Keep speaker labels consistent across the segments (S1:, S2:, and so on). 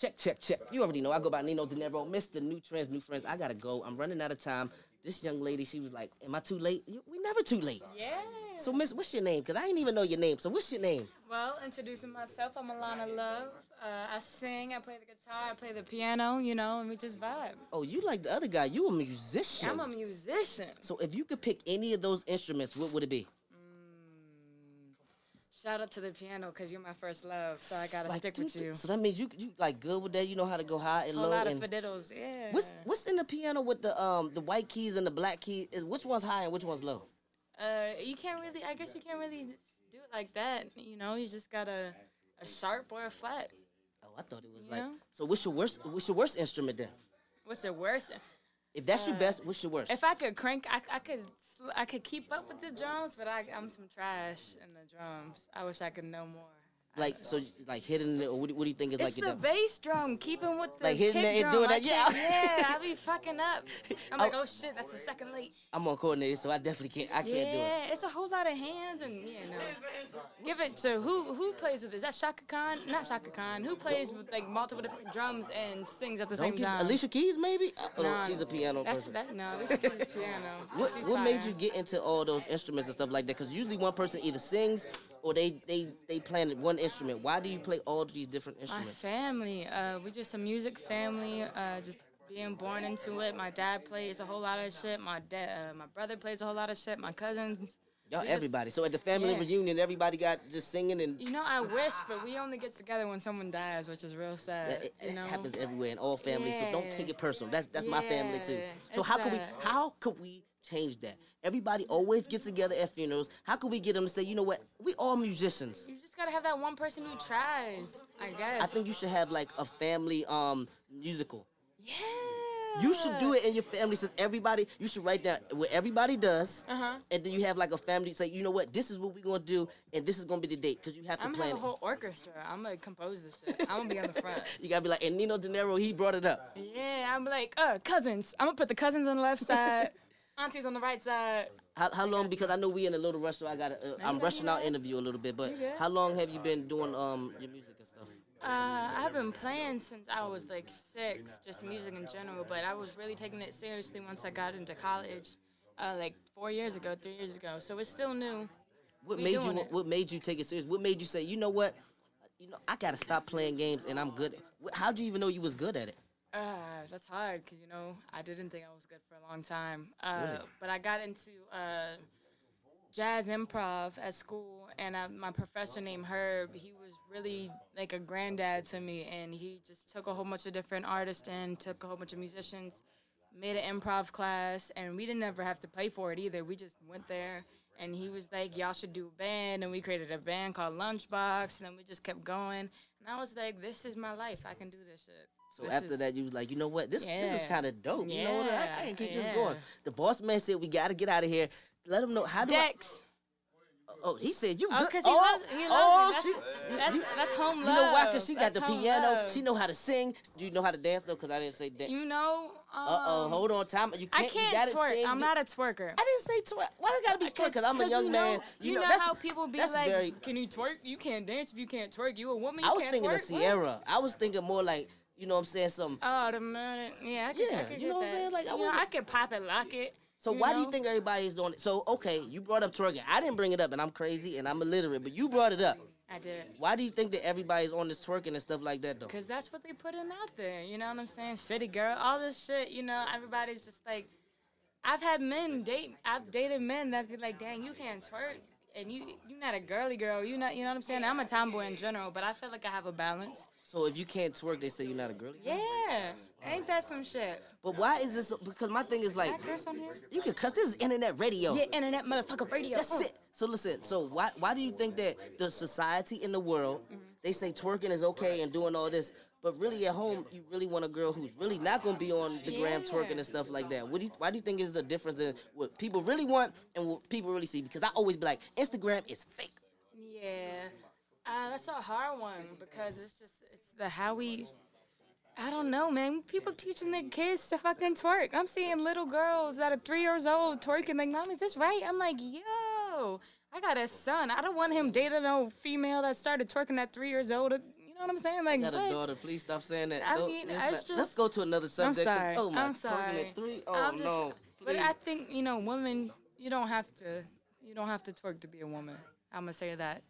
S1: Check, check, check. You already know. I go by Nino De Niro, Mr. New Trends, New Friends. I gotta go. I'm running out of time. This young lady, she was like, Am I too late? You- We never too late.
S2: Yeah.
S1: So, Miss, what's your name? Because I didn't even know your name. So, what's your name?
S2: Well, introducing myself, I'm Alana Love. Uh, I sing, I play the guitar, I play the piano, you know, and we just vibe.
S1: Oh, you like the other guy. You a musician.
S2: I'm a musician.
S1: so, if you could pick any of those instruments, what would it be?
S2: Shout out to the piano because you're my first love, so I gotta
S1: Like,
S2: stick
S1: ding,
S2: with
S1: ding.
S2: you.
S1: So that means you you like good with that. You know how to go high and
S2: A
S1: low.
S2: lot of
S1: and
S2: fiddles, yeah.
S1: what's what's in the piano with the um the white keys and the black keys? Is which one's high and which one's low?
S2: uh, you can't really, I guess you can't really just do it like that, you know, you just got a, a sharp or a flat.
S1: Oh, I thought it was
S2: You
S1: like.
S2: know?
S1: So what's your worst? What's your worst instrument then?
S2: What's the worst?
S1: If that's
S2: Uh,
S1: your best, what's your worst?
S2: If I could crank, I, I could sl- I could keep up with the drums, but I, I'm some trash in the drums. I wish I could know more.
S1: like so, like hitting it, or what, do- what do you think is
S2: It's
S1: like your
S2: the
S1: devil?
S2: bass drum, keeping with the
S1: Like hitting
S2: kick
S1: it and
S2: drum.
S1: doing
S2: I
S1: that, yeah.
S2: can't- yeah, I be fucking up. I'm like, oh shit, that's the second late.
S1: I'm on coordinated, so I definitely can't. I can't do it.
S2: Yeah, it's a whole lot of hands and yeah, no. Give it to who who plays with this? Is that Shaka Khan? Not Shaka Khan. Who plays with like multiple different drums and sings at the
S1: Don't
S2: same
S1: you,
S2: time?
S1: Alicia Keys maybe? Uh, oh,
S2: Nah,
S1: no, she's a piano
S2: That's
S1: person.
S2: that no, Alicia Keys is piano.
S1: What,
S2: She's
S1: what made
S2: fire.
S1: you get into all those instruments and stuff like that? Because usually one person either sings or they they they playing one instrument. Why do you play all of these different
S2: My
S1: instruments?
S2: family, uh, we just a music family. Uh, just being born into it. My dad plays a whole lot of shit. My dad, uh, my brother plays a whole lot of shit. My cousins.
S1: Y'all,
S2: we just-
S1: everybody. So at the family
S2: yeah.
S1: reunion, everybody got just singing and
S2: You know, I wish, but we only get together when someone dies, which is real sad.
S1: it, it
S2: you know,
S1: happens everywhere in all families. So don't
S2: Yeah.
S1: take it personal. That's that's my family too.
S2: Yeah,
S1: So
S2: it's
S1: how could we
S2: sad.
S1: how could we change that? Everybody always gets together at funerals. How could we get them to say, you know what? We all musicians.
S2: you just gotta have that one person who tries. I guess.
S1: I think you should have like a family um musical.
S2: Yeah.
S1: You should do it in your family since everybody, you should write down what everybody does.
S2: Uh-huh.
S1: And then you have like a family say, you know what, this is what we're going to do and this is going to be the date because you have to
S2: I'm gonna
S1: plan
S2: have
S1: it.
S2: a whole orchestra. I'm gonna compose this shit. I'm gonna be on the front.
S1: you got to be like, and Nino De Niro, he brought it up.
S2: Yeah, I'm like, uh, cousins. I'm gonna put the cousins on the left side, aunties on the right side.
S1: How, how long, because I know we in a little rush, so I got to, uh, I'm rushing our interview a little bit, but
S2: good.
S1: how long have you been doing um your music and stuff?
S2: Uh, I've been playing since I was like six, just music in general, but I was really taking it seriously once I got into college, uh, like four years ago, three years ago. So it's still new.
S1: What
S2: We
S1: made you
S2: doing it.
S1: What made you take it serious? What made you say, you know what, you know, I got to stop playing games and I'm good. Wh- How'd you even know you was good at it?
S2: Uh, that's hard because, you know, I didn't think I was good for a long time. Uh, But I got into uh, jazz improv at school, and I, my professor named Herb, he was really like a granddad to me, and he just took a whole bunch of different artists and took a whole bunch of musicians, made an improv class, and we didn't ever have to pay for it either. We just went there. And he was like, y'all should do a band. And we created a band called Lunchbox. And then we just kept going. And I was like, this is my life. I can do this shit.
S1: So
S2: This
S1: after
S2: is-
S1: that, you was like, you know what, this this is
S2: Yeah.
S1: kind of dope. You know what? I, I
S2: Yeah,
S1: can keep this going.
S2: yeah.
S1: The boss man said we got to get out of here. Let him know how do I-
S2: Dex.
S1: Oh, he said you
S2: Oh,
S1: good.
S2: cause he
S1: oh,
S2: loves, he
S1: oh,
S2: loves
S1: she,
S2: it. That's, that's, that's home
S1: you
S2: love.
S1: know why? Cause she got
S2: That's
S1: the
S2: home
S1: piano.
S2: love.
S1: She know how to sing. Do you know how to dance though? Cause I didn't say dance.
S2: You know. Um,
S1: uh oh, hold on, time. You
S2: I
S1: can't. you
S2: can't
S1: gotta
S2: twerk.
S1: Sing.
S2: I'm
S1: You-
S2: not a twerker.
S1: I didn't say twerk. Why do I gotta be twerk? Cause I'm a young
S2: you know,
S1: man.
S2: You know,
S1: that's,
S2: how people be
S1: that's
S2: like,
S1: very-
S2: "Can you twerk? You can't dance if you can't twerk. You a woman. You
S1: I was
S2: can't
S1: thinking
S2: twerk.
S1: of Sierra. I was thinking more like, you know, what I'm saying something.
S2: Oh, the minute. Yeah, I could,
S1: Yeah,
S2: I could
S1: you know what
S2: get
S1: I'm
S2: that.
S1: saying? Like, I
S2: You know,
S1: wasn't-
S2: I could pop it, lock it.
S1: So why do
S2: know?
S1: you think everybody's doing it? So okay, you brought up twerking. I didn't bring it up, and I'm crazy and I'm illiterate, but you brought it up.
S2: I did?
S1: Why do you think that everybody's on this twerking and stuff like that though?
S2: Cause that's what they putting out there. You know what I'm saying? City girl, all this shit. You know, everybody's just like, I've had men date. I've dated men that be like, dang, you can't twerk, and you you're not a girly girl. You not. You know what I'm saying? I'm a tomboy in general, but I feel like I have a balance.
S1: So if you can't twerk, they say you're not a girly.
S2: Yeah, ain't that some shit?
S1: But why is this? Because my thing is like,
S2: Can I curse on here?
S1: you can cuss. This is internet radio.
S2: Yeah, internet motherfucker radio.
S1: That's it. So listen. So why why do you think that the society in the world they say twerking is okay and doing all this, but really at home you really want a girl who's really not gonna be on the gram
S2: Yeah.
S1: twerking and stuff like that. What do you, why do you think is the difference in what people really want and what people really see? Because I always be like, Instagram is fake.
S2: Yeah, uh, that's a hard one because it's just it's the how we. I don't know, man. People teaching their kids to fucking twerk. I'm seeing little girls that are three years old twerking. Like, mom, is this right? I'm like, yo, I got a son. I don't want him dating an old female that started twerking at three years old. You You know what I'm saying? Like,
S1: I got a
S2: what?
S1: daughter. Please stop saying that.
S2: I
S1: Don't-
S2: mean,
S1: let's,
S2: it's
S1: not- let's
S2: just-
S1: go to another subject. 'cause-
S2: sorry.
S1: Oh my,
S2: I'm
S1: twerking
S2: sorry.
S1: at three. Oh
S2: I'm just-
S1: no.
S2: But
S1: please.
S2: I think you know, women, you don't have to, you don't have to twerk to be a woman. I'm gonna say that.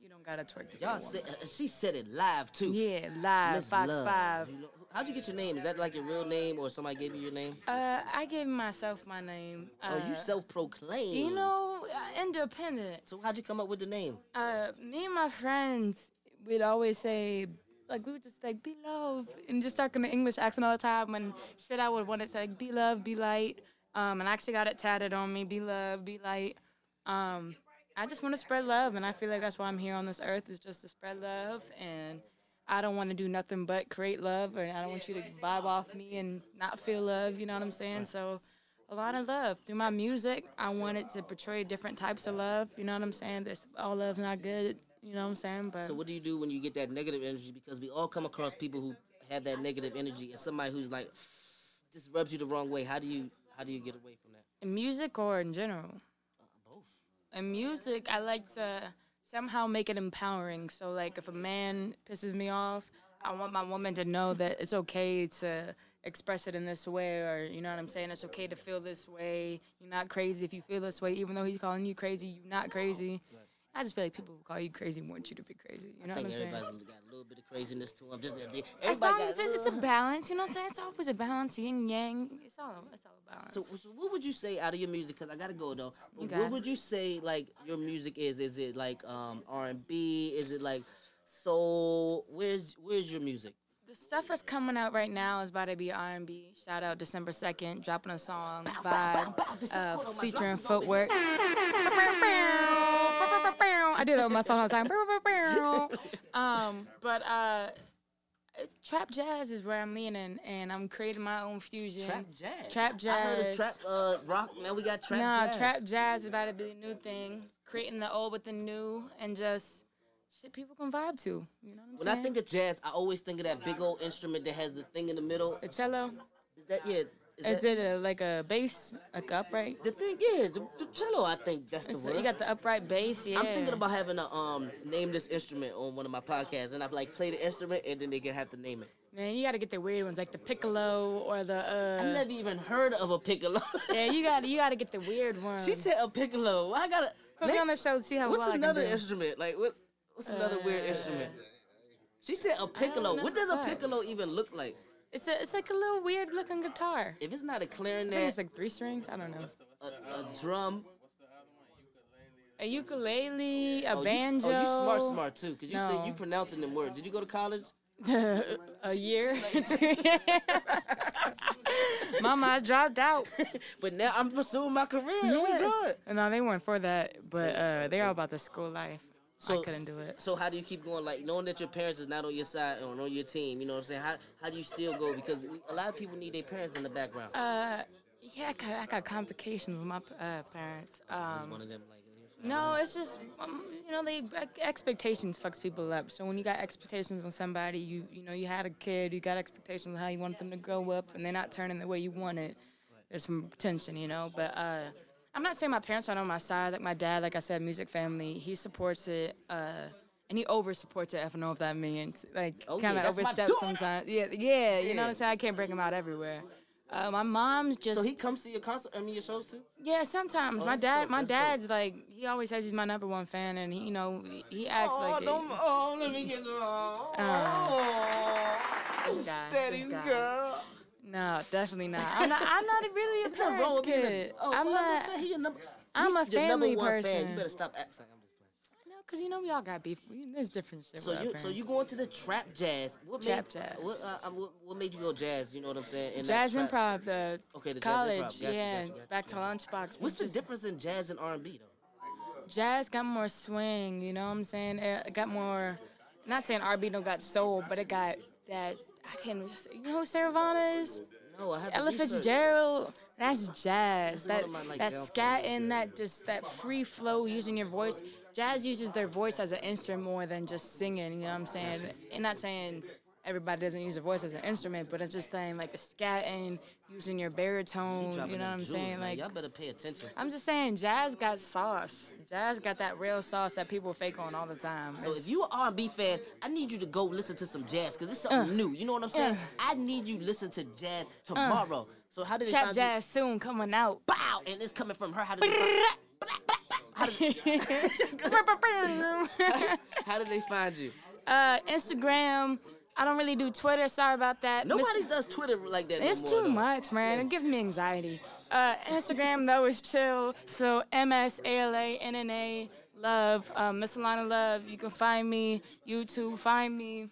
S2: You don't gotta twerk to
S1: Y'all
S2: be a
S1: said
S2: woman.
S1: uh, she said it live too.
S2: Yeah, live
S1: Miss
S2: Fox
S1: Love,
S2: Five.
S1: you know- how'd you get your name? Is that like your real name or somebody gave you your name?
S2: Uh, I gave myself my name. Uh,
S1: oh, you self-proclaimed.
S2: You know, uh, independent.
S1: So how'd you come up with the name?
S2: Uh, me and my friends, we'd always say, like, we would just like, be love, and just start with an English accent all the time. And shit, I would want to say, like, be love, be light. Um, and I actually got it tatted on me, be love, be light. Um, I just want to spread love, and I feel like that's why I'm here on this earth, is just to spread love. And I don't want to do nothing but create love, and I don't want you to vibe off me and not feel love, you know what I'm saying? So, a lot of love through my music. I wanted to portray different types of love. You know what I'm saying? This all love's not good. You know what I'm saying? But
S1: So what do you do when you get that negative energy? Because we all come across people who have that negative energy, and somebody who's like, just rubs you the wrong way. How do you how do you get away from that?
S2: in music or in general,
S1: Both.
S2: in music, I like to somehow make it empowering. So like, if a man pisses me off, I want my woman to know that it's okay to express it in this way, or you know what I'm saying? It's okay to feel this way. You're not crazy if you feel this way, even though he's calling you crazy. You're not crazy. I just feel like people who call you crazy want you to be crazy. You know
S1: I
S2: what
S1: think
S2: I'm saying?
S1: everybody's got a little bit of craziness to them. Just everybody
S2: As long
S1: got
S2: as it's, it's a
S1: little-
S2: balance, you know what I'm saying? It's always a balance, yin yang. It's all it's all a balance.
S1: So, so what would you say out of your music? Cause I gotta go though. But
S2: got
S1: what
S2: it.
S1: would you say like your music is? Is it like um, R and B? Is it like soul? Where's where's your music?
S2: the stuff that's coming out right now is about to be R and B. Shout out December second, dropping a song by uh, featuring Footwork. I do that with my song all the time. Um, but uh, it's- trap jazz is where I'm leaning, and I'm creating my own fusion.
S1: Trap jazz.
S2: Trap
S1: I heard of
S2: jazz.
S1: trap uh, rock. Now we got trap
S2: nah,
S1: jazz.
S2: trap jazz is about to be the new thing. Creating the old with the new and just shit people can vibe to. You know what I'm
S1: When
S2: saying?
S1: I think of jazz, I always think of that big old instrument that has the thing in the middle.
S2: the cello,
S1: Is that yeah? Is
S2: is
S1: that,
S2: it a, like a bass, like upright?
S1: the thing? Yeah, the, the cello. I think that's the
S2: So you
S1: word.
S2: got the upright bass, yeah.
S1: I'm thinking about having a um name this instrument on one of my podcasts, and I like play the instrument, and then they can have to name it.
S2: Man, you gotta get the weird ones, like the piccolo or the.
S1: I
S2: uh
S1: never even heard of a piccolo.
S2: Yeah, you gotta you gotta get the weird ones.
S1: she said a piccolo. I gotta.
S2: Put me
S1: Nick,
S2: on the show to see how
S1: what's
S2: well
S1: another
S2: I can do. Uh,
S1: instrument? Like what's what's another weird instrument? She said a piccolo.
S2: know
S1: What does a
S2: what.
S1: piccolo even look like?
S2: It's a, it's like a little weird looking guitar.
S1: If it's not a
S2: I think it's
S1: clarinet,
S2: like three strings. I don't know.
S1: a, a drum,
S2: A ukulele, a
S1: oh,
S2: banjo.
S1: You, s- oh, you smart, smart too, because you said you
S2: No.
S1: pronouncing them words. Did you go to college?
S2: a year. Mama, I dropped out.
S1: But now I'm pursuing my career. and We good.
S2: No, they weren't for that, but uh, they're all about the school life.
S1: So-
S2: I couldn't do it.
S1: So how do you keep going? Like knowing that your parents is not on your side or on your team. You know what I'm saying? How how do you still go? Because a lot of people need their parents in the background.
S2: Uh, yeah, I got, I got complications with my uh, parents. Um,
S1: One of them like.
S2: no, it's just um, you know they ex- expectations fucks people up. So when you got expectations on somebody, you you know you had a kid, you got expectations on how you want them to grow up, and they're not turning the way you want it. There's some tension, you know. But uh, I'm not saying my parents aren't on my side. Like my dad, like I said, music family, he supports it. Uh, and he over supports it. If I know what that means, like
S1: Oh, yeah,
S2: kind of
S1: that's my
S2: oversteps
S1: dude.
S2: sometimes. Yeah, yeah, you know what
S1: Yeah.
S2: I'm saying. I can't break him out everywhere. Uh, my mom's just
S1: So he comes to your concert. I mean your shows too.
S2: yeah, sometimes my
S1: Oh, that's
S2: dad,
S1: dope,
S2: my
S1: that's dope.
S2: dad's like he always says he's my number one fan, and he, you know he acts like it.
S1: oh, let me get oh,
S2: this guy, this guy. No, definitely not. I'm not. I'm not really a
S1: It's not wrong with
S2: parents
S1: being a-
S2: kid.
S1: Oh,
S2: I'm
S1: well,
S2: not.
S1: saying he your number. he's
S2: I'm a
S1: your number
S2: family
S1: one Fan. You
S2: person.
S1: better stop acting. I'm just playing.
S2: No, cause you know we all got beef. We- There's different shit.
S1: So
S2: with our
S1: you so
S2: parents.
S1: you going to the trap jazz? What
S2: Trap
S1: made,
S2: jazz.
S1: What, uh, uh, what, what made you go jazz? You know what I'm saying? And not
S2: jazz
S1: trap?
S2: improv, the
S1: Okay, the jazz improv.
S2: college,
S1: Gotcha,
S2: yeah,
S1: gotcha, gotcha,
S2: back to lunchbox. we
S1: What's the
S2: just-
S1: difference in jazz and R and B though?
S2: jazz got more swing, you know what I'm saying? It got more, not saying R&B don't got soul, but it got that, I can't, you know who Sarah Vaughan is?
S1: No, I have
S2: Ella
S1: to research.
S2: Fitzgerald, that's jazz.
S1: That's one
S2: That,
S1: of my, like,
S2: that
S1: downfalls,
S2: scat and that just that free flow using your voice. Jazz uses their voice as an instrument more than just singing, you know what I'm saying? And not saying everybody doesn't use their voice as an instrument, but it's just saying like the scatting, using your baritone. You know what I'm saying? Like
S1: y'all better pay attention.
S2: I'm just saying, jazz got sauce. Jazz got that real sauce that people fake on all the time.
S1: So
S2: It's-
S1: if you are R&B fan, I need you to go listen to some jazz because it's
S2: Uh,
S1: something new. You know what I'm saying? I need you to listen to jazz tomorrow. so how did they
S2: Trap
S1: find
S2: Jazz soon coming out.
S1: you? Bow, and it's coming from her. How did they find, how did they find you?
S2: uh, Instagram. I don't really do Twitter. Sorry about that. Miss-
S1: Nobody does Twitter like that. no
S2: It's
S1: more,
S2: too
S1: though.
S2: much, man. It gives me anxiety. Uh, Instagram though is chill. So M S A L A N N A Love, um, Miss Alana Love. You can find me. YouTube, find me.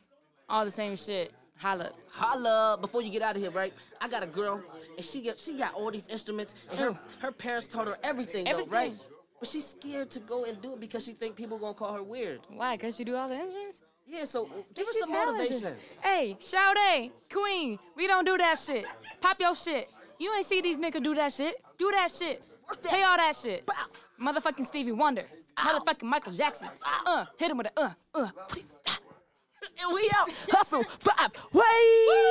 S2: All the same shit. Holla.
S1: Holla before you get out of here, right? I got a girl, and she got she got all these instruments, and her, her parents taught her everything,
S2: Everything.
S1: though, right? But she's scared to go and do it because she think people gonna call her weird.
S2: Why? Cause you do all the insurance.
S1: Yeah, so give her
S2: She
S1: some
S2: talented.
S1: motivation.
S2: Hey, Sade, Queen, we don't do that shit. Pop your shit. You ain't see these niggas do that shit. Do that shit.
S1: Work that.
S2: Pay all that shit.
S1: Bow.
S2: Motherfucking Stevie Wonder. Motherfucking Michael Jackson. Uh, hit him with a uh, uh.
S1: And we out. Hustle five. Wait.